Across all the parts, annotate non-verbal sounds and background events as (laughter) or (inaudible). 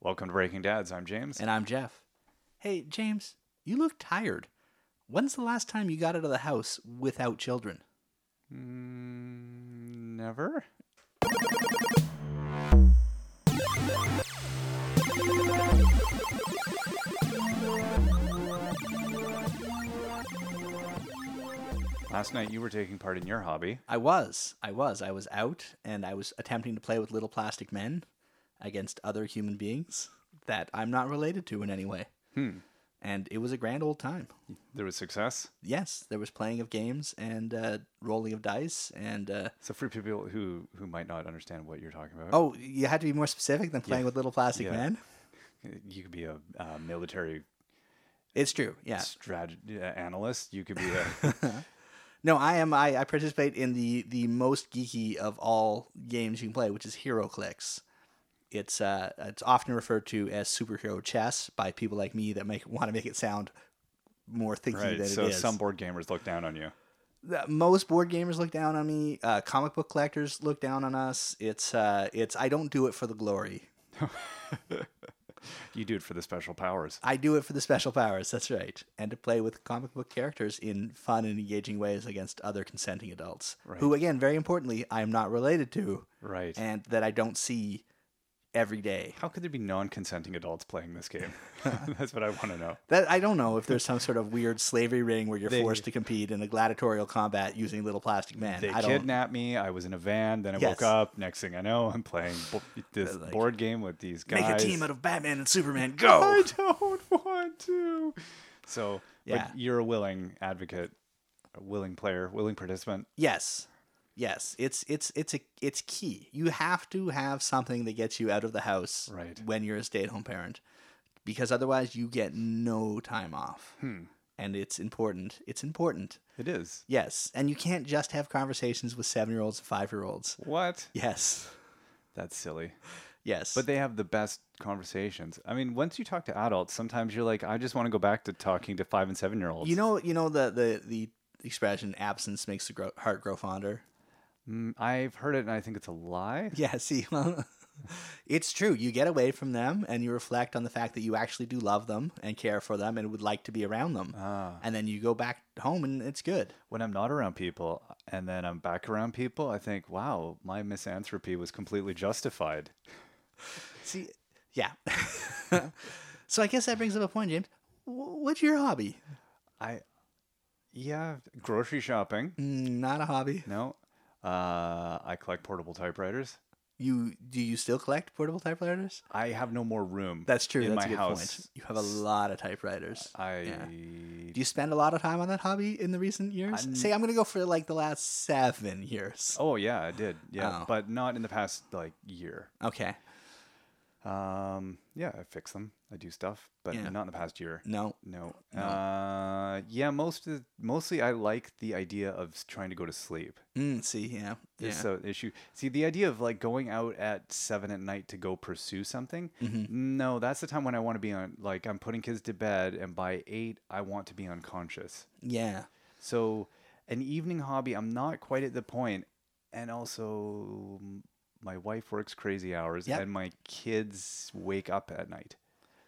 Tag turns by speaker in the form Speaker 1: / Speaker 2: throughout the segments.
Speaker 1: Welcome to Breaking Dads. I'm James.
Speaker 2: And I'm Jeff. Hey, James, you look tired. When's the last time you got out of the house without children?
Speaker 1: Mm, never. Last night you were taking part in your hobby.
Speaker 2: I was. I was. I was out and I was attempting to play with little plastic men against other human beings that I'm not related to in any way.
Speaker 1: Hmm.
Speaker 2: And it was a grand old time.
Speaker 1: There was success.
Speaker 2: Yes, there was playing of games and uh, rolling of dice and. Uh,
Speaker 1: So for people who who might not understand what you're talking about,
Speaker 2: oh, you had to be more specific than playing with little plastic
Speaker 1: Yeah.
Speaker 2: men?
Speaker 1: you could be a uh, military
Speaker 2: It's true. Yeah.
Speaker 1: strat uh, analyst. You could be a
Speaker 2: No, I am. I, I participate in the the most geeky of all games you can play, which is HeroClix. It's uh, it's often referred to as superhero chess by people like me that make want to make it sound more thinky
Speaker 1: (laughs) right.
Speaker 2: than
Speaker 1: So
Speaker 2: it is.
Speaker 1: some board gamers look down on you.
Speaker 2: The- Most board gamers look down on me. Uh, comic book collectors look down on us. It's uh, it's I don't do it for the glory.
Speaker 1: You do it for the special powers.
Speaker 2: I do it for the special powers. That's right, and to play with comic book characters in fun and engaging ways against other consenting adults, who again, very importantly, I am not related to.
Speaker 1: Right.
Speaker 2: and that I don't see every day.
Speaker 1: How could there be non-consenting adults playing this
Speaker 2: (laughs)
Speaker 1: game? (laughs) That's what I want to know.
Speaker 2: That I don't know if there's some sort of weird slavery ring where you're forced to compete in a gladiatorial combat using little plastic men.
Speaker 1: They
Speaker 2: I don't.
Speaker 1: kidnapped me. I was in a van. Then I
Speaker 2: Yes.
Speaker 1: woke up. Next thing I know, I'm playing
Speaker 2: (laughs)
Speaker 1: bo- this board game with these guys.
Speaker 2: Make a
Speaker 1: (laughs)
Speaker 2: team out of Batman and Superman.
Speaker 1: I
Speaker 2: Go!
Speaker 1: don't (laughs) want to. So,
Speaker 2: Yeah.
Speaker 1: but you're a willing advocate, a willing player, willing participant.
Speaker 2: Yes, yes. It's it's it's a it's key. You have to have something that gets you out of the house
Speaker 1: Right.
Speaker 2: when you're a stay-at-home parent, because otherwise you get no time off.
Speaker 1: Hmm.
Speaker 2: And it's important. It's important.
Speaker 1: It is.
Speaker 2: Yes, and you can't just have conversations with seven-year-olds and five-year-olds.
Speaker 1: What?
Speaker 2: Yes.
Speaker 1: That's silly.
Speaker 2: Yes.
Speaker 1: But they have the best conversations. I mean, once you talk to adults, sometimes you're like, I just want to go back to talking to five and seven year olds.
Speaker 2: you know, you know the the the expression "absence makes the gro- heart grow fonder." (laughs)
Speaker 1: Mm, I've heard it and I think it's a lie.
Speaker 2: Yeah. See, well, (laughs) it's true. You get away from them and you reflect on the fact that you actually do love them and care for them and would like to be around them. And then you go back home and it's good.
Speaker 1: When I'm not around people and then I'm back around people, I think, wow, my misanthropy was completely justified.
Speaker 2: See, yeah. so I guess that brings up a point, James. Wh- What's your hobby?
Speaker 1: I, yeah, grocery shopping.
Speaker 2: Mm, Not a hobby.
Speaker 1: No, uh, I collect portable typewriters.
Speaker 2: You do you still collect portable typewriters?
Speaker 1: I have no more room.
Speaker 2: That's true.
Speaker 1: In
Speaker 2: that's
Speaker 1: my
Speaker 2: a good
Speaker 1: house,
Speaker 2: point. You have a lot of typewriters.
Speaker 1: I
Speaker 2: Yeah. Do you spend a lot of time on that hobby in the recent years?
Speaker 1: I'm-
Speaker 2: Say, I'm going to go for like the last seven years.
Speaker 1: oh yeah, I did. Yeah,
Speaker 2: Oh.
Speaker 1: but not in the past like year.
Speaker 2: Okay.
Speaker 1: Um, yeah, I fix them. I do stuff, but
Speaker 2: Yeah.
Speaker 1: not in the past year.
Speaker 2: No.
Speaker 1: No. Uh, yeah, most of the, mostly I like the idea of s- trying to go to sleep.
Speaker 2: Mm, see, yeah.
Speaker 1: There's
Speaker 2: yeah.
Speaker 1: so uh, issue. See, the idea of like going out at seven at night to go pursue something.
Speaker 2: Mm-hmm.
Speaker 1: No, that's the time when I want to be on. Like I'm putting kids to bed, and by eight I want to be unconscious.
Speaker 2: yeah.
Speaker 1: So, an evening hobby, I'm not quite at the point, and also m- my wife works crazy hours,
Speaker 2: Yep.
Speaker 1: and my kids wake up at night.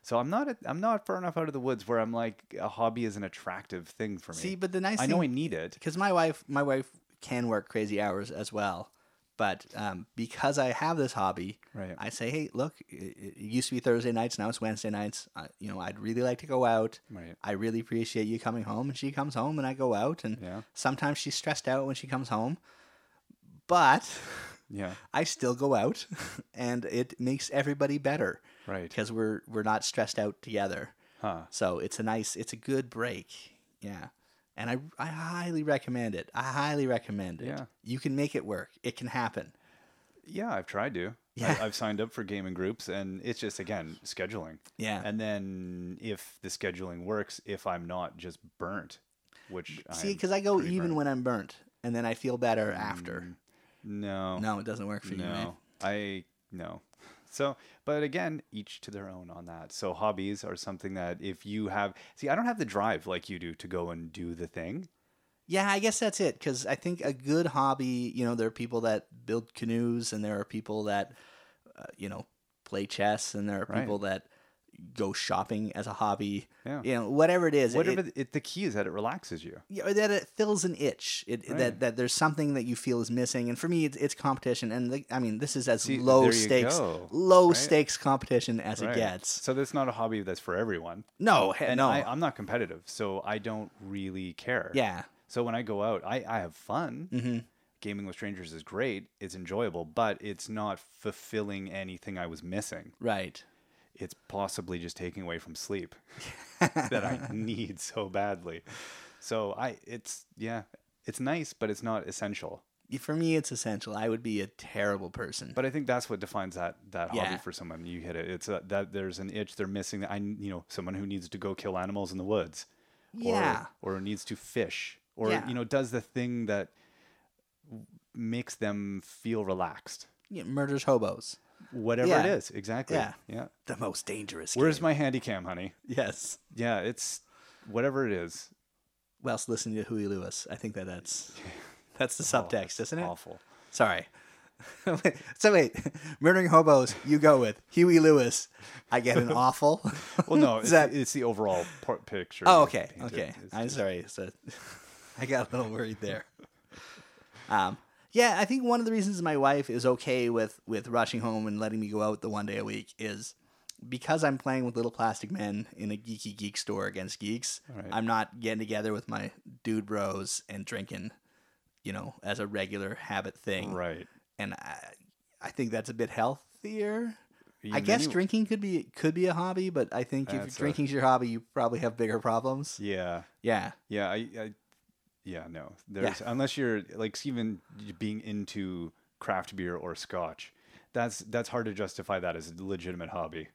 Speaker 1: So I'm not at, I'm not far enough out of the woods where I'm like a hobby is an attractive thing for me.
Speaker 2: See, but the nice
Speaker 1: I
Speaker 2: thing,
Speaker 1: know I need it.
Speaker 2: because my wife, my wife can work crazy hours as well, but um, because I have this hobby,
Speaker 1: Right.
Speaker 2: I say, hey, look, it, it used to be Thursday nights, now it's Wednesday nights. I, you know, I'd really like to go out.
Speaker 1: Right.
Speaker 2: I really appreciate you coming home, and she comes home, and I go out, and
Speaker 1: Yeah.
Speaker 2: sometimes she's stressed out when she comes home, but. (laughs)
Speaker 1: Yeah.
Speaker 2: I still go out, (laughs) and it makes everybody better
Speaker 1: Right.
Speaker 2: because we're we're not stressed out together.
Speaker 1: Huh.
Speaker 2: So it's a nice, it's a good break. Yeah, and I I highly recommend it. I highly recommend it.
Speaker 1: Yeah.
Speaker 2: You can make it work. It can happen.
Speaker 1: Yeah, I've tried to.
Speaker 2: Yeah.
Speaker 1: I, I've signed up for gaming groups, and it's just again scheduling.
Speaker 2: Yeah.
Speaker 1: And then if the scheduling works, if I'm not just burnt, which
Speaker 2: See,
Speaker 1: I'm
Speaker 2: because I go
Speaker 1: pretty
Speaker 2: even
Speaker 1: burnt. Mm,
Speaker 2: when I'm burnt, and then I feel better after.
Speaker 1: no,
Speaker 2: No, it doesn't work for you. Man.
Speaker 1: no, I no. So, but again, each to their own on that. So hobbies are something that if you have, see, I don't have the drive like you do to go and do the thing.
Speaker 2: Yeah, I guess that's it. Because I think a good hobby, you know, there are people that build canoes, and there are people that, uh, you know, play chess, and there are
Speaker 1: Right.
Speaker 2: people that go shopping as a hobby.
Speaker 1: Yeah.
Speaker 2: You know, whatever it is, it-
Speaker 1: Whatever
Speaker 2: it,
Speaker 1: the- it, the key is that it relaxes you.
Speaker 2: yeah, that it fills an itch. It,
Speaker 1: Right.
Speaker 2: That that there's something that you feel is missing. And for me, it's, it's competition. And the, I mean, this is as
Speaker 1: See,
Speaker 2: low
Speaker 1: there you
Speaker 2: stakes,
Speaker 1: go,
Speaker 2: low
Speaker 1: right?
Speaker 2: stakes competition as
Speaker 1: Right.
Speaker 2: it gets.
Speaker 1: So that's not a hobby that's for everyone.
Speaker 2: No, he-
Speaker 1: And
Speaker 2: no,
Speaker 1: I, I'm not competitive, so I don't really care.
Speaker 2: yeah,
Speaker 1: So when I go out, I, I have fun. Gaming with strangers is great. It's enjoyable, but it's not fulfilling anything I was missing.
Speaker 2: right.
Speaker 1: It's possibly just taking away from sleep (laughs) that I need so badly. So I, it's yeah, it's nice, but it's not essential.
Speaker 2: For me, it's essential. I would be a terrible person.
Speaker 1: But I think that's what defines that that hobby
Speaker 2: Yeah.
Speaker 1: for someone. You hit it. It's a, that there's an itch they're missing. I you know someone who needs to go kill animals in the woods,
Speaker 2: Yeah.
Speaker 1: or, or needs to fish, or
Speaker 2: Yeah.
Speaker 1: you know does the thing that w- makes them feel relaxed.
Speaker 2: yeah, murders hobos.
Speaker 1: Whatever it
Speaker 2: Yeah.
Speaker 1: is, exactly.
Speaker 2: Yeah.
Speaker 1: yeah.
Speaker 2: The most dangerous.
Speaker 1: Where's my handy cam, honey?
Speaker 2: game. yes?
Speaker 1: Yeah, it's whatever it is.
Speaker 2: Whilst listening to Huey Lewis, I think that (laughs) that's that's the subtext, isn't it?
Speaker 1: Awful.
Speaker 2: Sorry. (laughs) so wait, (laughs) murdering hobos. You go with Huey Lewis. I get (laughs) an awful.
Speaker 1: Well, no,
Speaker 2: (laughs) Is
Speaker 1: it's,
Speaker 2: that-
Speaker 1: it's the overall por- picture.
Speaker 2: Oh,
Speaker 1: you
Speaker 2: okay,
Speaker 1: painted.
Speaker 2: okay.
Speaker 1: It's
Speaker 2: I'm
Speaker 1: just-
Speaker 2: sorry. So (laughs) I got a little worried there. Um, yeah, I think one of the reasons my wife is okay with with rushing home and letting me go out the one day a week is because I'm playing with little plastic men in a geeky geek store against geeks.
Speaker 1: Right.
Speaker 2: I'm not getting together with my dude bros and drinking, you know, as a regular habit thing.
Speaker 1: right.
Speaker 2: And I, I think that's a bit healthier. I
Speaker 1: In
Speaker 2: guess
Speaker 1: many-
Speaker 2: drinking could be could be a hobby, but I think if
Speaker 1: That's a-
Speaker 2: drinking's your hobby, you probably have bigger problems.
Speaker 1: Yeah.
Speaker 2: Yeah.
Speaker 1: Yeah, I, I yeah, no. There's unless you're like even being into craft beer or scotch. That's that's hard to justify that as a legitimate hobby.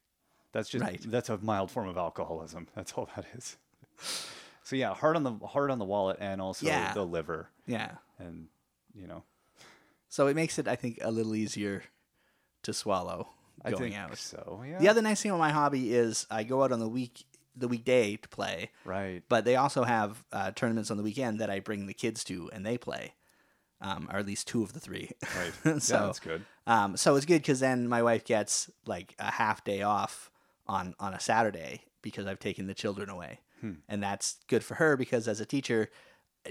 Speaker 1: That's just
Speaker 2: Right.
Speaker 1: that's a mild form of alcoholism. That's all that is. So yeah, hard on the hard on the wallet and also
Speaker 2: Yeah.
Speaker 1: the liver
Speaker 2: Yeah.
Speaker 1: and you know
Speaker 2: So it makes it, I think, a little easier to swallow
Speaker 1: I
Speaker 2: going
Speaker 1: think
Speaker 2: out.
Speaker 1: So yeah,
Speaker 2: The other nice thing about my hobby is I go out on the week, the weekday to play,
Speaker 1: right.
Speaker 2: but they also have uh, tournaments on the weekend that I bring the kids to and they play, um, or at least two of the three. (laughs)
Speaker 1: Right. yeah,
Speaker 2: so
Speaker 1: that's good.
Speaker 2: Um, so it's good because then my wife gets like a half day off on on a Saturday because I've taken the children away,
Speaker 1: Hmm.
Speaker 2: and that's good for her because as a teacher,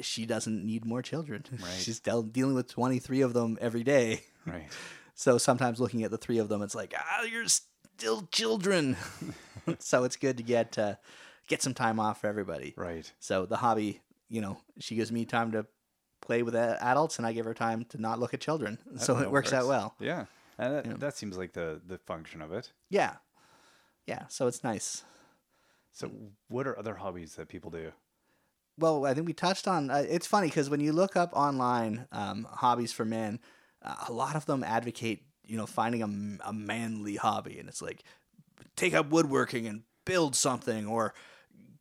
Speaker 2: she doesn't need more children. (laughs)
Speaker 1: Right.
Speaker 2: She's del- dealing with twenty three of them every day.
Speaker 1: Right.
Speaker 2: So sometimes looking at the three of them, it's like ah, you're still children. (laughs) so it's good to get uh, get some time off for everybody.
Speaker 1: Right.
Speaker 2: So the hobby, you know, she gives me time to play with a- adults, and I give her time to not look at children. so
Speaker 1: that
Speaker 2: it works out well.
Speaker 1: Yeah. And that,
Speaker 2: Yeah.
Speaker 1: that seems like the the function of it.
Speaker 2: Yeah. Yeah, so it's nice.
Speaker 1: So
Speaker 2: Mm.
Speaker 1: what are other hobbies that people do?
Speaker 2: Well, I think we touched on uh, it's funny because when you look up online um, hobbies for men, uh, a lot of them advocate, you know, finding a m- a, manly hobby. And it's like, take up woodworking and build something or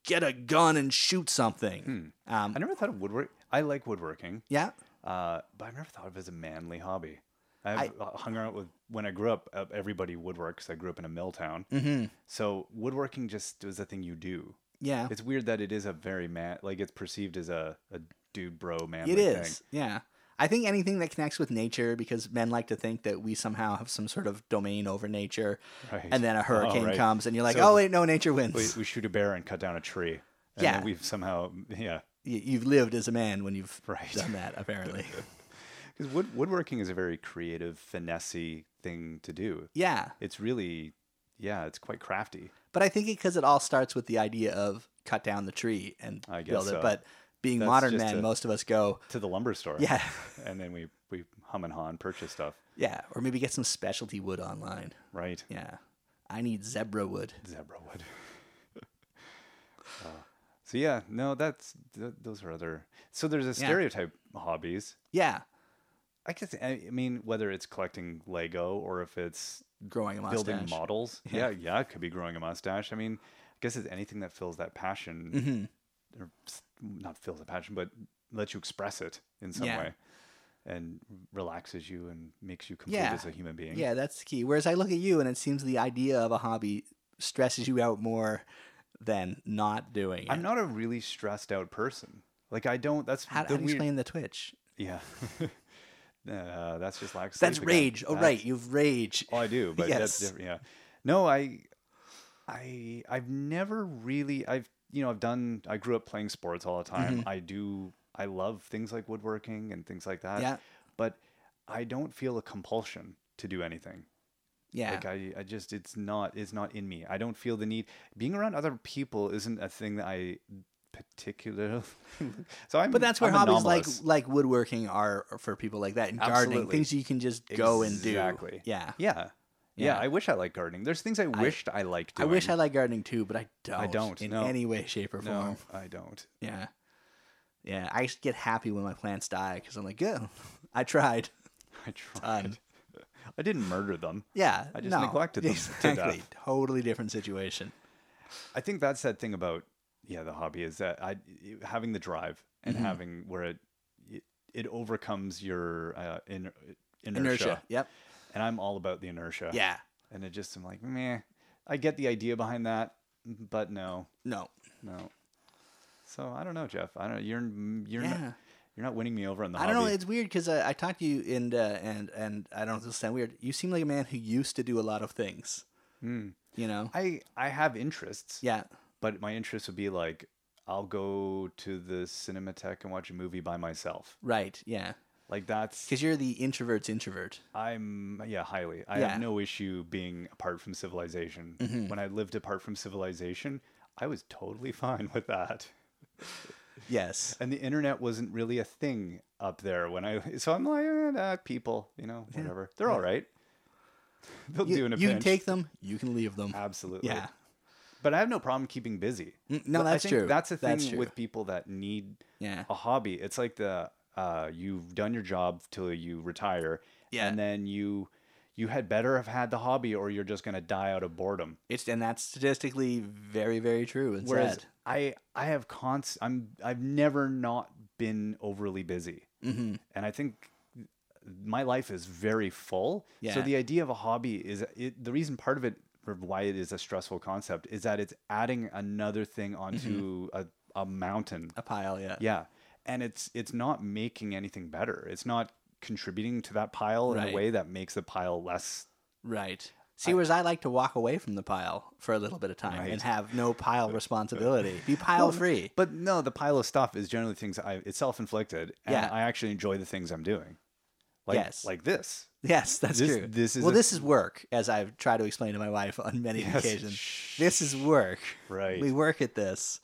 Speaker 2: get a gun and shoot something. Um,
Speaker 1: Hmm. I never thought of woodwork. I like woodworking,
Speaker 2: yeah.
Speaker 1: uh, but I've never thought of it as a manly hobby. I've uh hung out with when I grew up. Uh, everybody woodworks. I grew up in a mill town, mm-hmm. so woodworking just was a thing you do.
Speaker 2: Yeah.
Speaker 1: It's weird that it is a very man, like it's perceived as a, a dude bro manly
Speaker 2: It
Speaker 1: thing.
Speaker 2: is. Yeah. I think anything that connects with nature, because men like to think that we somehow have some sort of domain over nature.
Speaker 1: Right.
Speaker 2: And then a
Speaker 1: Oh,
Speaker 2: hurricane
Speaker 1: right.
Speaker 2: comes and you're like,
Speaker 1: So-
Speaker 2: oh, wait, no, nature wins.
Speaker 1: We, we shoot a bear and cut down a tree. And
Speaker 2: Yeah.
Speaker 1: then we've somehow yeah
Speaker 2: y- you've lived as a man when you've
Speaker 1: (laughs) Right.
Speaker 2: done that apparently
Speaker 1: (laughs) because wood, woodworking is a very creative, finessey thing to do.
Speaker 2: yeah
Speaker 1: It's really yeah, it's quite crafty.
Speaker 2: but i think it because it all starts with the idea of cut down the tree and
Speaker 1: I guess
Speaker 2: build it
Speaker 1: so.
Speaker 2: but being
Speaker 1: That's
Speaker 2: modern
Speaker 1: just
Speaker 2: men
Speaker 1: a-
Speaker 2: most of us go
Speaker 1: To the lumber store.
Speaker 2: yeah
Speaker 1: and then we we hum and haw and purchase stuff.
Speaker 2: yeah or maybe get some specialty wood online
Speaker 1: Right.
Speaker 2: yeah i need zebra wood
Speaker 1: Zebra wood. (laughs) Uh, so yeah, no, that's th- those are other. So there's a stereotype hobbies.
Speaker 2: yeah
Speaker 1: I guess I I mean whether it's collecting Lego or if it's
Speaker 2: growing a mustache
Speaker 1: building models. Yeah. yeah, it could be growing a mustache. I mean, I guess it's anything that fills that passion,
Speaker 2: Mm-hmm.
Speaker 1: or s- not fills the passion, but lets you express it in some
Speaker 2: Yeah.
Speaker 1: way, and relaxes you and makes you complete
Speaker 2: Yeah.
Speaker 1: as a human being.
Speaker 2: yeah that's the key whereas i look at you and it seems the idea of a hobby stresses you out more than not doing it
Speaker 1: I'm not a really stressed out person. Like I don't. That's
Speaker 2: how,
Speaker 1: the
Speaker 2: how do you
Speaker 1: weird. (laughs)
Speaker 2: explain the twitch
Speaker 1: Yeah. uh, that's just lack. of
Speaker 2: That's
Speaker 1: sleep again.
Speaker 2: rage. Oh,
Speaker 1: That's-
Speaker 2: right. You've rage.
Speaker 1: Oh, I do, but that's
Speaker 2: Yes.
Speaker 1: different. Yeah. No, I, I, I've never really. I've you know I've done. I grew up playing sports all the time.
Speaker 2: Mm-hmm.
Speaker 1: I do. I love things like woodworking and things like that.
Speaker 2: Yeah.
Speaker 1: But I don't feel a compulsion to do anything.
Speaker 2: Yeah.
Speaker 1: Like I, I just it's not it's not in me. I don't feel the need. Being around other people isn't a thing that I particularly. (laughs) so I'm.
Speaker 2: But that's where
Speaker 1: I'm
Speaker 2: hobbies like
Speaker 1: anomalous.
Speaker 2: like woodworking are for people like that and gardening,
Speaker 1: Absolutely.
Speaker 2: things you can just go and do.
Speaker 1: Exactly.
Speaker 2: Yeah.
Speaker 1: Yeah. Yeah,
Speaker 2: Yeah.
Speaker 1: I wish I liked gardening. There's things I, wished I liked
Speaker 2: I
Speaker 1: doing.
Speaker 2: wish I liked gardening too, but I don't.
Speaker 1: don't,
Speaker 2: in
Speaker 1: no.
Speaker 2: any way, shape, or form.
Speaker 1: No, I don't. (laughs)
Speaker 2: Yeah. Yeah. I just get happy when my plants die because I'm like, good. I tried. (laughs)
Speaker 1: I tried. (laughs) I didn't murder them.
Speaker 2: Yeah.
Speaker 1: I just
Speaker 2: no.
Speaker 1: neglected
Speaker 2: (laughs)
Speaker 1: them to
Speaker 2: Exactly.
Speaker 1: death.
Speaker 2: Totally different situation.
Speaker 1: I think that's that thing about yeah, the hobby is that I having the drive and
Speaker 2: Mm-hmm.
Speaker 1: having where it it, it overcomes your uh, in, inertia.
Speaker 2: Inertia. Yep.
Speaker 1: And I'm all about the inertia.
Speaker 2: Yeah.
Speaker 1: And it just I'm like, meh. I get the idea behind that, but no,
Speaker 2: No.
Speaker 1: no. So I don't know, Jeff. I don't. You're mm, you're
Speaker 2: Yeah.
Speaker 1: not, you're not winning me over on the
Speaker 2: I
Speaker 1: hobby.
Speaker 2: don't know. It's weird because I, I talked to you and uh, and and I don't know if this sound weird. You seem like a man who used to do a lot of things. You know.
Speaker 1: I Hmm. I have interests.
Speaker 2: yeah.
Speaker 1: but my interest would be like I'll go to the Cinematheque and watch a movie by myself.
Speaker 2: Right. Yeah.
Speaker 1: Like that's
Speaker 2: Because you're the introvert's introvert.
Speaker 1: I'm yeah highly. I
Speaker 2: Yeah. Mm-hmm.
Speaker 1: have no issue being apart from civilization. When I lived apart from civilization, I was totally (laughs) fine with that.
Speaker 2: Yes.
Speaker 1: And the internet wasn't really a thing up there when I. (laughs) So I'm like eh, nah, people, you know, whatever. They're all right. They'll do
Speaker 2: You,
Speaker 1: in a
Speaker 2: you can
Speaker 1: pinch.
Speaker 2: take them. You can leave them.
Speaker 1: absolutely.
Speaker 2: Yeah.
Speaker 1: But I have no problem keeping busy.
Speaker 2: no,
Speaker 1: But I
Speaker 2: that's
Speaker 1: think
Speaker 2: true.
Speaker 1: That's the thing
Speaker 2: That's true.
Speaker 1: with people that need
Speaker 2: Yeah.
Speaker 1: a hobby. It's like the uh, you've done your job till you retire,
Speaker 2: Yeah.
Speaker 1: and then you you had better have had the hobby, or you're just gonna die out of boredom.
Speaker 2: It's and that's statistically very very true. And
Speaker 1: Whereas
Speaker 2: sad.
Speaker 1: I I have const I'm I've never not been overly busy, mm-hmm. and I think my life is very full.
Speaker 2: Yeah.
Speaker 1: So the idea of a hobby is it, the reason part of it for why it is a stressful concept is that it's adding another thing onto
Speaker 2: Mm-hmm.
Speaker 1: a, a mountain
Speaker 2: a pile. Yeah.
Speaker 1: yeah. And it's it's not making anything better. It's not contributing to that pile in
Speaker 2: Right.
Speaker 1: a way that makes the pile less
Speaker 2: Right. See, whereas I like to walk away from the pile for a little bit of time and
Speaker 1: Right.
Speaker 2: have no (laughs) pile responsibility. Be pile free. (laughs)
Speaker 1: but no, the pile of stuff is generally things I it's self inflicted and
Speaker 2: Yeah.
Speaker 1: I actually enjoy the things I'm doing. Like
Speaker 2: Yes.
Speaker 1: like this.
Speaker 2: Yes, that's
Speaker 1: This-
Speaker 2: true.
Speaker 1: this is
Speaker 2: well,
Speaker 1: a-
Speaker 2: this is work, as I've tried to explain to my wife on many occasions. This is work.
Speaker 1: Right.
Speaker 2: We work at this.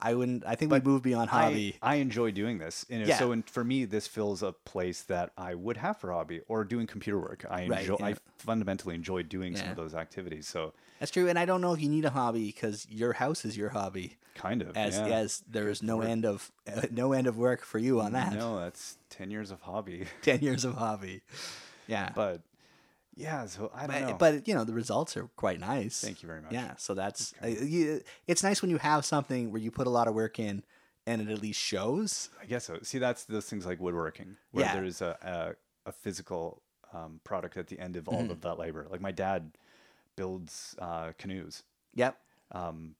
Speaker 2: I wouldn't. I think we move beyond hobby.
Speaker 1: I, I enjoy doing this. And
Speaker 2: Yeah.
Speaker 1: so in, for me this fills a place that I would have for hobby or doing computer work. I
Speaker 2: Right,
Speaker 1: enjoy
Speaker 2: yeah.
Speaker 1: I fundamentally enjoy doing some
Speaker 2: Yeah.
Speaker 1: of those activities. So
Speaker 2: That's true. And I don't know if you need a hobby because your house is your hobby.
Speaker 1: kind of
Speaker 2: As
Speaker 1: yeah.
Speaker 2: as there is no end of uh, no end of work for you on that.
Speaker 1: no, that's ten years of hobby.
Speaker 2: (laughs)
Speaker 1: (laughs)
Speaker 2: Ten years of hobby. Yeah.
Speaker 1: But yeah, so I don't know.
Speaker 2: but, but you know the results are quite nice.
Speaker 1: Thank you very much.
Speaker 2: Yeah, so that's uh, you, it's nice when you have something where you put a lot of work in and it at least shows.
Speaker 1: I guess so. See, that's those things like woodworking, where
Speaker 2: Yeah.
Speaker 1: there is a, a, a physical um, product at the end of all
Speaker 2: Mm-hmm.
Speaker 1: of that labor. Like my dad builds uh, canoes.
Speaker 2: Yep. Um,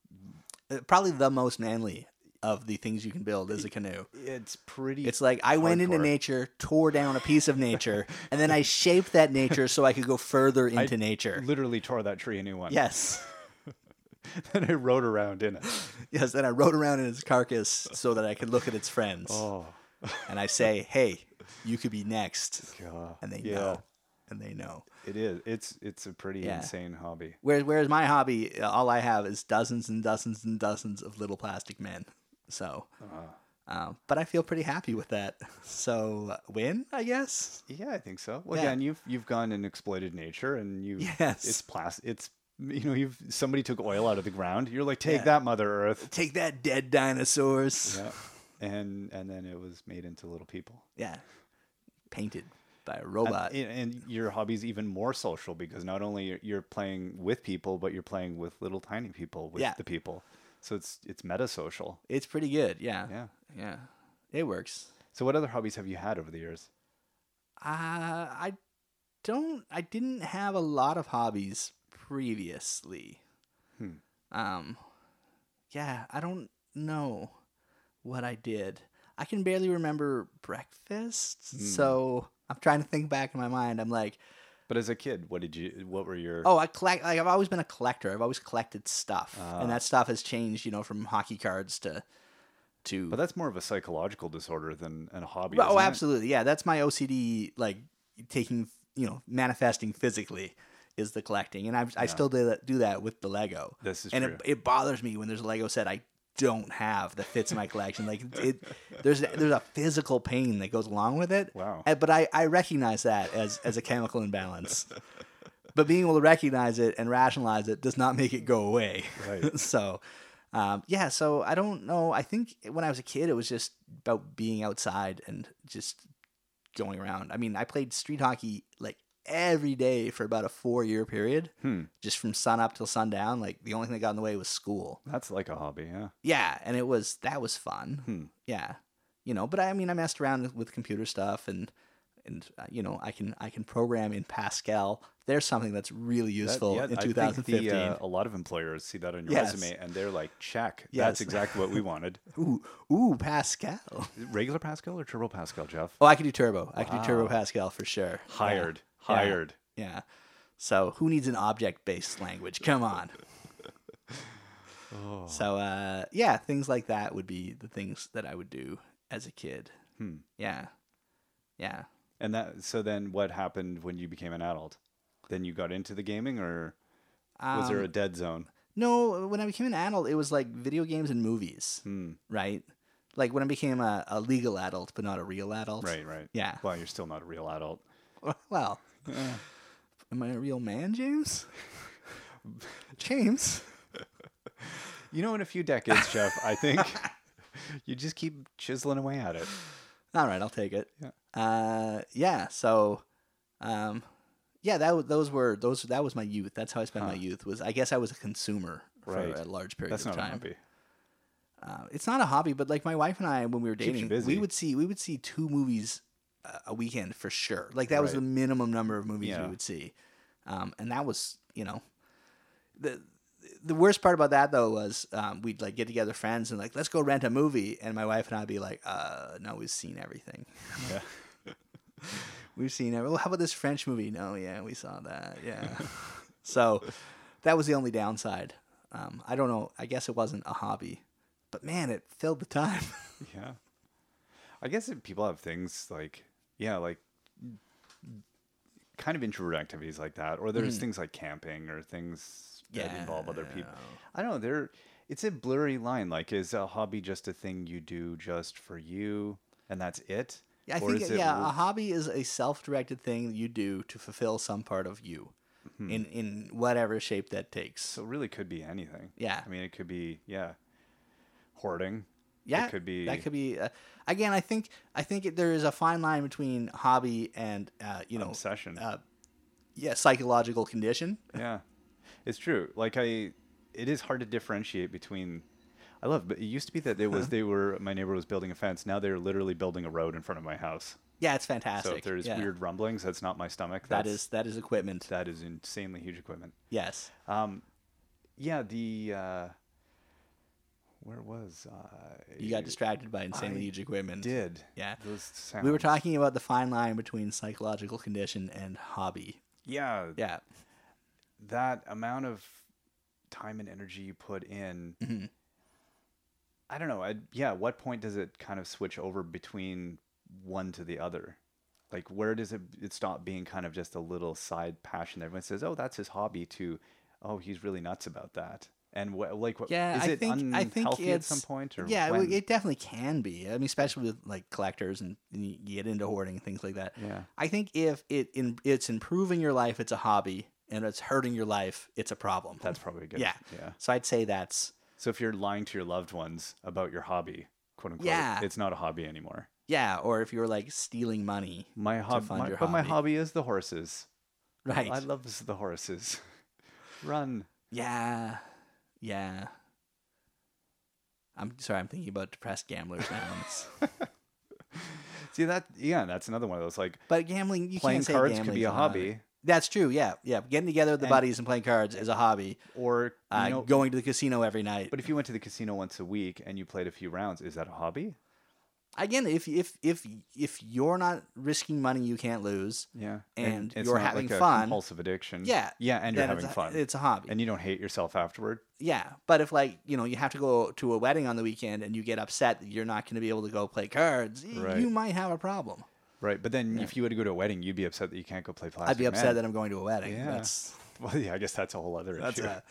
Speaker 2: probably the most manly of the things you can
Speaker 1: (laughs)
Speaker 2: build is a canoe.
Speaker 1: It's pretty.
Speaker 2: It's like I went into
Speaker 1: Hardcore.
Speaker 2: nature, tore down a piece of nature,
Speaker 1: (laughs)
Speaker 2: and then I shaped that nature so I could go further into nature.
Speaker 1: literally tore that tree a new one.
Speaker 2: Yes.
Speaker 1: (laughs) and I rode around in it.
Speaker 2: Yes, then I rode around in its carcass so that I could look at its friends.
Speaker 1: Oh,
Speaker 2: And I say, "Hey, you could be next."
Speaker 1: God.
Speaker 2: And they
Speaker 1: yeah,
Speaker 2: know. And they know.
Speaker 1: it is. It's it's a pretty
Speaker 2: Yeah.
Speaker 1: insane hobby.
Speaker 2: Whereas, whereas my hobby, uh, all I have is dozens and dozens and dozens of little plastic men. So,
Speaker 1: Uh-huh.
Speaker 2: um, but I feel pretty happy with that. So, uh, win, I guess.
Speaker 1: Yeah, I think so. Well,
Speaker 2: Yeah.
Speaker 1: again, you've you've gone and exploited nature, and you
Speaker 2: Yes.
Speaker 1: it's plastic. It's you know, you've somebody took oil out of the ground. You're like, take that, Mother
Speaker 2: (laughs)
Speaker 1: Earth.
Speaker 2: Take that, dead dinosaurs. Yeah.
Speaker 1: yeah. And and then it was made into little people.
Speaker 2: Painted by a robot.
Speaker 1: and, Uh, and your hobby's even more social because not only you're, you're playing with people, but you're playing with little tiny people with
Speaker 2: Yeah.
Speaker 1: the people. So it's it's metasocial.
Speaker 2: it's pretty good. Yeah.
Speaker 1: Yeah.
Speaker 2: Yeah. It works.
Speaker 1: So what other hobbies have you had over the years?
Speaker 2: Uh, I don't. I didn't have a lot of hobbies previously. Um, yeah, I don't know what I did. I can barely remember breakfast, so I'm trying to think back in my mind. I'm like,
Speaker 1: But as a kid, what did you? What were your?
Speaker 2: oh, I collect. Like I've always been a collector. I've always collected stuff,
Speaker 1: Ah.
Speaker 2: and that stuff has changed. You know, from hockey cards to to.
Speaker 1: but that's more of a psychological disorder than a hobby.
Speaker 2: Well, oh,
Speaker 1: isn't it?
Speaker 2: absolutely. Yeah, that's my OCD. Like taking, you know, manifesting physically is the collecting, and I I still do that, do that with the Lego.
Speaker 1: This is
Speaker 2: and
Speaker 1: true.
Speaker 2: it, it bothers me when there's a Lego set I don't have that fits my collection. Like it, there's there's a physical pain that goes along with it.
Speaker 1: Wow.
Speaker 2: Uh, But I I recognize that as as a
Speaker 1: (laughs)
Speaker 2: chemical imbalance. But being able to recognize it and rationalize it does not make it go away.
Speaker 1: Right.
Speaker 2: (laughs) so, um, yeah. So I don't know. I think when I was a kid, it was just about being outside and just going around. I mean, I played street hockey like every day for about a four year period
Speaker 1: Hmm.
Speaker 2: just from sun up till sundown. Like the only thing that got in the way was school.
Speaker 1: That's like a hobby, yeah.
Speaker 2: Yeah, and it was that was fun.
Speaker 1: Hmm.
Speaker 2: Yeah, you know. But I mean, I messed around with computer stuff and and uh, you know, I can I can program in Pascal. There's something that's really
Speaker 1: That-
Speaker 2: useful
Speaker 1: yeah,
Speaker 2: in
Speaker 1: I think
Speaker 2: 2015.
Speaker 1: The, uh, a lot of employers see that on your
Speaker 2: Yes.
Speaker 1: resume and they're like, check.
Speaker 2: Yes.
Speaker 1: That's exactly what we
Speaker 2: (laughs)
Speaker 1: wanted.
Speaker 2: ooh, ooh, Pascal. (laughs)
Speaker 1: Regular Pascal or Turbo Pascal, Jeff?
Speaker 2: Oh, I could do Turbo. I could do Turbo
Speaker 1: Wow.
Speaker 2: Pascal for sure. Yeah,
Speaker 1: Hired. Hired.
Speaker 2: yeah. So who needs an object based language? Come on.
Speaker 1: (laughs) Oh.
Speaker 2: So uh, yeah, things like that would be the things that I would do as a kid.
Speaker 1: Hmm.
Speaker 2: Yeah, yeah.
Speaker 1: And that so then what happened when you became an adult? Then you got into the gaming or was there
Speaker 2: Um,
Speaker 1: a dead zone?
Speaker 2: no? When I became an adult, it was like video games and movies,
Speaker 1: Hmm.
Speaker 2: right? Like when I became a, a legal adult, but not a real adult.
Speaker 1: Right, right.
Speaker 2: Yeah.
Speaker 1: Well, you're still not a real adult.
Speaker 2: (laughs) Well,
Speaker 1: Eh.
Speaker 2: am I a real man,
Speaker 1: (laughs)
Speaker 2: James? James.
Speaker 1: You know, in a few (laughs) decades, Jeff, I think you just keep chiseling away at it.
Speaker 2: All right, I'll take it.
Speaker 1: Yeah.
Speaker 2: Uh, yeah. So, um, yeah, that wa- those were those. That was my youth. That's how I spent my
Speaker 1: Huh.
Speaker 2: youth. Was I guess I was a consumer for
Speaker 1: Right.
Speaker 2: a large period
Speaker 1: That's
Speaker 2: of
Speaker 1: not
Speaker 2: time.
Speaker 1: a hobby.
Speaker 2: Uh, it's not a hobby, but like my wife and I, when we were
Speaker 1: you
Speaker 2: dating, we
Speaker 1: busy.
Speaker 2: would see we would see two movies a- a weekend for sure. Like that was
Speaker 1: Right.
Speaker 2: the minimum number of movies
Speaker 1: Yeah.
Speaker 2: we would see, um, and that was you know the. The worst part about that though was um, we'd like get together friends and like let's go rent a movie and my wife and I'd be like uh no we've seen everything
Speaker 1: Yeah.
Speaker 2: we've seen every well how about this French movie no yeah we saw that yeah so that was the only downside um, I don't know I guess it wasn't a hobby but man it filled the time (laughs)
Speaker 1: Yeah. I guess that people have things like, yeah, like kind of introvert activities like that, or
Speaker 2: Mm-hmm.
Speaker 1: there's things like camping or things that involve other people. I don't know. There, it's a blurry line. Like, is a hobby just a thing you do just for you and that's it?
Speaker 2: Yeah, I
Speaker 1: or
Speaker 2: think
Speaker 1: is
Speaker 2: yeah, uh
Speaker 1: w-
Speaker 2: a hobby is a self-directed thing that you do to fulfill some part of you, in in whatever shape that takes.
Speaker 1: Hmm. so it really could be anything.
Speaker 2: Yeah.
Speaker 1: I mean, it could be, yeah, hoarding.
Speaker 2: yeah,
Speaker 1: It could be.
Speaker 2: that could be. Uh, again, I think I think it, there is a fine line between hobby and uh, you
Speaker 1: Um,
Speaker 2: know,
Speaker 1: Obsession.
Speaker 2: Uh, yeah, psychological condition.
Speaker 1: yeah it's true like i it is hard to differentiate between i love but it used to be that there
Speaker 2: Uh-huh.
Speaker 1: was they were my neighbor was building a fence now they're literally building a road in front of my house
Speaker 2: Yeah, it's
Speaker 1: so
Speaker 2: fantastic.
Speaker 1: if there's
Speaker 2: yeah.
Speaker 1: weird rumblings that's not my stomach
Speaker 2: That
Speaker 1: that's,
Speaker 2: is that is equipment.
Speaker 1: that is insanely huge equipment
Speaker 2: yes.
Speaker 1: um yeah the uh where was uh, i
Speaker 2: You got distracted by insanely
Speaker 1: I
Speaker 2: huge equipment.
Speaker 1: did
Speaker 2: Yeah.
Speaker 1: those sounds.
Speaker 2: We were talking about the fine line between psychological condition and hobby.
Speaker 1: yeah
Speaker 2: Yeah.
Speaker 1: that amount of time and energy you put in
Speaker 2: Mm-hmm.
Speaker 1: i don't know I, yeah at what point does it kind of switch over between one to the other like where does it, it stop being kind of just a little side passion that everyone says oh that's his hobby to oh he's really nuts about that and wh- like what,
Speaker 2: Yeah,
Speaker 1: is
Speaker 2: I
Speaker 1: it
Speaker 2: think I think
Speaker 1: unhealthy at
Speaker 2: it's,
Speaker 1: some point or
Speaker 2: yeah,
Speaker 1: when?
Speaker 2: Well, it definitely can be. I mean, especially with like collectors and, and you get into hoarding and things like that.
Speaker 1: Yeah.
Speaker 2: I think if it in, it's improving your life, it's a hobby, and it's hurting your life, it's a problem.
Speaker 1: that's probably good
Speaker 2: yeah,
Speaker 1: yeah
Speaker 2: So I'd say that's
Speaker 1: so if you're lying to your loved ones about your hobby quote unquote
Speaker 2: Yeah.
Speaker 1: it's not a hobby anymore
Speaker 2: yeah. Or if you're like stealing money,
Speaker 1: my, hob-
Speaker 2: fund
Speaker 1: my
Speaker 2: your
Speaker 1: but my
Speaker 2: hobby.
Speaker 1: hobby is the horses
Speaker 2: right?
Speaker 1: I love the horses. (laughs) Run.
Speaker 2: yeah, yeah. I'm sorry. I'm thinking about depressed gamblers now. It's-
Speaker 1: See that? Yeah, that's another one of those. Like
Speaker 2: but gambling, you
Speaker 1: playing
Speaker 2: can't say
Speaker 1: cards could
Speaker 2: gambling's
Speaker 1: be a
Speaker 2: not
Speaker 1: hobby,
Speaker 2: That's true. Yeah, yeah. Getting together with the
Speaker 1: And-
Speaker 2: buddies and playing cards is a hobby.
Speaker 1: or you
Speaker 2: Uh,
Speaker 1: know,
Speaker 2: going to the casino every night.
Speaker 1: but if you went to the casino once a week and you played a few rounds, is that a hobby?
Speaker 2: again, if if if if you're not risking money you can't lose,
Speaker 1: Yeah.
Speaker 2: And you're having fun.
Speaker 1: Compulsive addiction.
Speaker 2: Yeah.
Speaker 1: Yeah, and you're
Speaker 2: then
Speaker 1: having
Speaker 2: it's a,
Speaker 1: fun.
Speaker 2: It's a hobby.
Speaker 1: and you don't hate yourself afterward.
Speaker 2: yeah, but if like you know you have to go to a wedding on the weekend and you get upset that you're not going to be able to go play cards, y-
Speaker 1: Right.
Speaker 2: you might have a problem.
Speaker 1: Right. But then if you were to go to a wedding, you'd be upset that you can't go play plastic.
Speaker 2: I'd be upset
Speaker 1: Man. (laughs)
Speaker 2: that I'm going to a wedding.
Speaker 1: Yeah.
Speaker 2: That's
Speaker 1: Well, yeah, I guess that's a whole other
Speaker 2: that's
Speaker 1: issue.
Speaker 2: a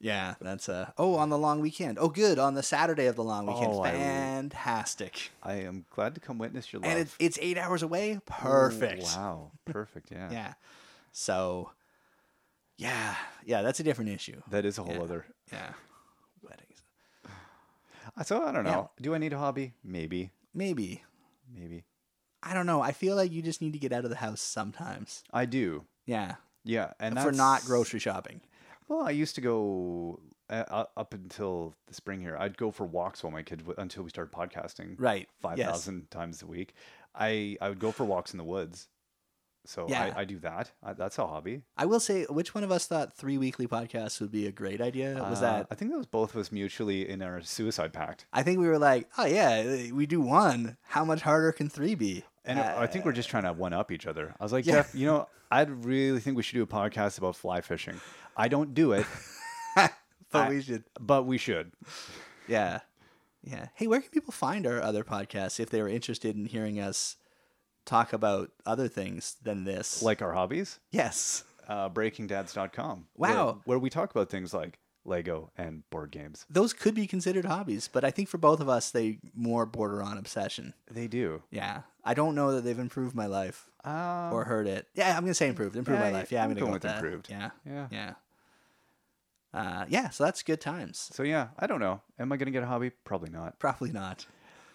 Speaker 2: yeah, that's a oh on the long weekend. Oh, good on the Saturday of the long weekend.
Speaker 1: Oh, I-
Speaker 2: Fantastic.
Speaker 1: I am glad to come witness your love.
Speaker 2: And it, it's eight hours away. Perfect.
Speaker 1: Wow. Perfect. Yeah.
Speaker 2: Yeah. So, yeah, yeah, that's a different issue.
Speaker 1: That is a whole
Speaker 2: Yeah.
Speaker 1: other.
Speaker 2: Yeah, weddings.
Speaker 1: Uh, So I don't know. Do I need a hobby? Maybe.
Speaker 2: Maybe
Speaker 1: Maybe.
Speaker 2: I don't know. I feel like you just need to get out of the house sometimes.
Speaker 1: I do.
Speaker 2: Yeah,
Speaker 1: Yeah. And
Speaker 2: for not
Speaker 1: that's-
Speaker 2: grocery shopping.
Speaker 1: Well, I used to go uh, uh, up until the spring here. I'd go for walks while my kids w- until we started podcasting.
Speaker 2: Right.
Speaker 1: Five
Speaker 2: Yes.
Speaker 1: thousand times a week. I I would go for walks in the woods. So
Speaker 2: Yeah.
Speaker 1: I, I do that. I, that's a hobby.
Speaker 2: I will say, which one of us thought three weekly podcasts would be a great idea? Was
Speaker 1: Uh,
Speaker 2: that?
Speaker 1: I think that was both of us mutually in our suicide pact.
Speaker 2: I think we were like, oh yeah, we do one. How much harder can three be? (laughs)
Speaker 1: And I I think we're just trying to one up each other. I was like,
Speaker 2: Uh. Yeah.
Speaker 1: Jeff, you know, I really think we should do a podcast about fly fishing. I don't do it,
Speaker 2: But
Speaker 1: I-
Speaker 2: we should.
Speaker 1: but we should.
Speaker 2: Yeah, yeah. Hey, where can people find our other podcasts if they were interested in hearing us talk about other things than this?
Speaker 1: Like our hobbies,
Speaker 2: yes.
Speaker 1: uh, breakingdads.com. Where,
Speaker 2: Wow.
Speaker 1: where we talk about things like Lego and board games.
Speaker 2: those could be considered hobbies, but I think for both of us, they more border on obsession.
Speaker 1: They do.
Speaker 2: Yeah, I don't know that they've improved my life
Speaker 1: Uh,
Speaker 2: or hurt it. Yeah, I'm gonna say improved, improved
Speaker 1: yeah,
Speaker 2: my life. Yeah, I'm,
Speaker 1: I'm
Speaker 2: gonna
Speaker 1: going
Speaker 2: go
Speaker 1: with
Speaker 2: with that.
Speaker 1: improved.
Speaker 2: Yeah,
Speaker 1: yeah.
Speaker 2: yeah, uh, yeah. So that's good times.
Speaker 1: So yeah, I don't know. Am I going to get a hobby? Probably not.
Speaker 2: Probably not.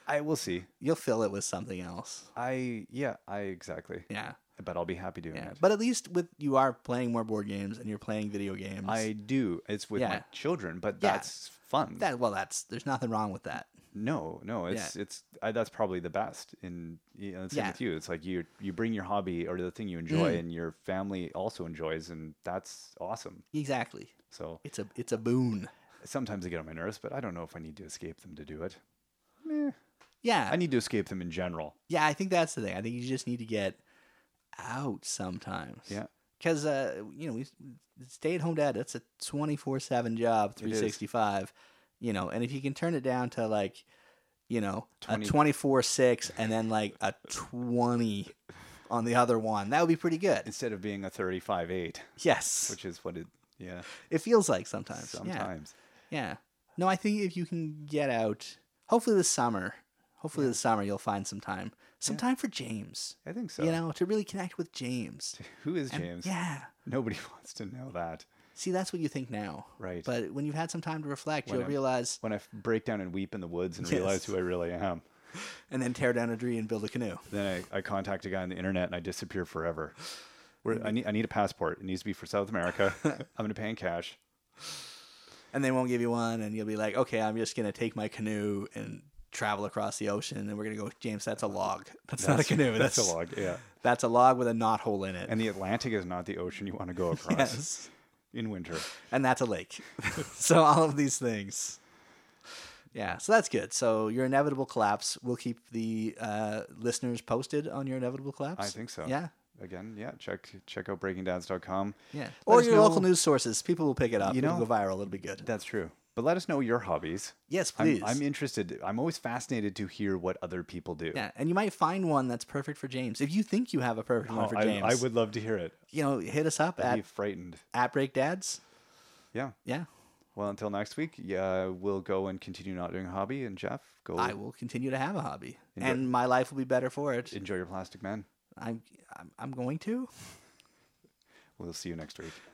Speaker 1: I will see.
Speaker 2: You'll fill it with something else.
Speaker 1: I yeah, I exactly.
Speaker 2: Yeah,
Speaker 1: But I'll be happy doing
Speaker 2: yeah.
Speaker 1: it.
Speaker 2: But at least with you are playing more board games and you're playing video games.
Speaker 1: I do. It's with my
Speaker 2: Yeah.
Speaker 1: children, but
Speaker 2: Yeah.
Speaker 1: that's fun.
Speaker 2: that well, that's there's nothing wrong with that.
Speaker 1: No, no, it's it's I, that's probably the best. And you know, the same
Speaker 2: Yeah. Mm.
Speaker 1: with you. It's like you you bring your hobby or the thing you enjoy, and your family also enjoys, and that's awesome.
Speaker 2: Exactly.
Speaker 1: So
Speaker 2: It's a it's a boon.
Speaker 1: sometimes I get on my nerves, but I don't know if I need to escape them to do it. Meh.
Speaker 2: Yeah,
Speaker 1: I need to escape them in general.
Speaker 2: Yeah, I think that's the thing. I think you just need to get out sometimes.
Speaker 1: Yeah.
Speaker 2: Because, uh, you know, we stay at home dad, that's a 24 7 job, 365, you know, and if you can turn it down to like, you know, a
Speaker 1: 20.
Speaker 2: 24 6 and then like a 20 on the other one, that would be pretty good.
Speaker 1: Instead of being a thirty-five eight,
Speaker 2: Yes.
Speaker 1: which is what it yeah
Speaker 2: it feels like sometimes. Yeah.
Speaker 1: sometimes.
Speaker 2: yeah. No, I think if you can get out, hopefully this summer, hopefully this summer, you'll find some time. Some time for James
Speaker 1: I think so.
Speaker 2: you know, to really connect
Speaker 1: (laughs)
Speaker 2: with James.
Speaker 1: Who is
Speaker 2: And-
Speaker 1: James?
Speaker 2: yeah.
Speaker 1: Nobody (laughs) wants to know that,
Speaker 2: See, that's what you think now.
Speaker 1: right?
Speaker 2: But when you've had some time to reflect,
Speaker 1: When
Speaker 2: you'll
Speaker 1: I'm-
Speaker 2: realize
Speaker 1: when I f- break down and weep in the woods and
Speaker 2: Yes.
Speaker 1: realize who I really am,
Speaker 2: and then tear down a tree and build a canoe.
Speaker 1: then I, I contact a guy on the internet and I disappear forever. Where I need I need a passport. It needs to be for South
Speaker 2: (laughs)
Speaker 1: America. I'm gonna pay in cash.
Speaker 2: And they won't give you one and you'll be like, "Okay, I'm just going to take my canoe and travel across the ocean and we're going to go James, that's a log. That's, not a canoe.
Speaker 1: (laughs) That's, a log. Yeah.
Speaker 2: That's a log with a knot hole in it."
Speaker 1: And the Atlantic is not the ocean you want to go across
Speaker 2: (laughs) yes.
Speaker 1: in winter.
Speaker 2: And that's a lake. (laughs) so all of these things. Yeah, so that's good. So your inevitable collapse. We'll keep the uh, listeners posted on your inevitable collapse.
Speaker 1: I think so.
Speaker 2: Yeah.
Speaker 1: Again, yeah. Check check out breakingdowns.com.
Speaker 2: Yeah.
Speaker 1: Let
Speaker 2: Or
Speaker 1: us
Speaker 2: your local
Speaker 1: know-
Speaker 2: news sources. People will pick it up.
Speaker 1: You
Speaker 2: It'll
Speaker 1: know-
Speaker 2: go viral. It'll be good.
Speaker 1: That's true. But let us know your hobbies.
Speaker 2: Yes,
Speaker 1: I'm,
Speaker 2: please.
Speaker 1: I'm interested. I'm always fascinated to hear what other people do.
Speaker 2: yeah. And you might find one that's perfect for James. If you think you have a perfect one
Speaker 1: Oh,
Speaker 2: for
Speaker 1: I,
Speaker 2: James,
Speaker 1: I would love to hear it.
Speaker 2: you know, hit us up
Speaker 1: I'd be
Speaker 2: at,
Speaker 1: frightened.
Speaker 2: at Break Dads.
Speaker 1: Yeah.
Speaker 2: Yeah.
Speaker 1: Well, until next week, yeah, we'll go and continue not doing a hobby. And Jeff, go
Speaker 2: I will continue to have a hobby.
Speaker 1: Enjoy-
Speaker 2: And my life will be better for it.
Speaker 1: enjoy your plastic man.
Speaker 2: I'm, I'm, I'm going to.
Speaker 1: We'll see you next week.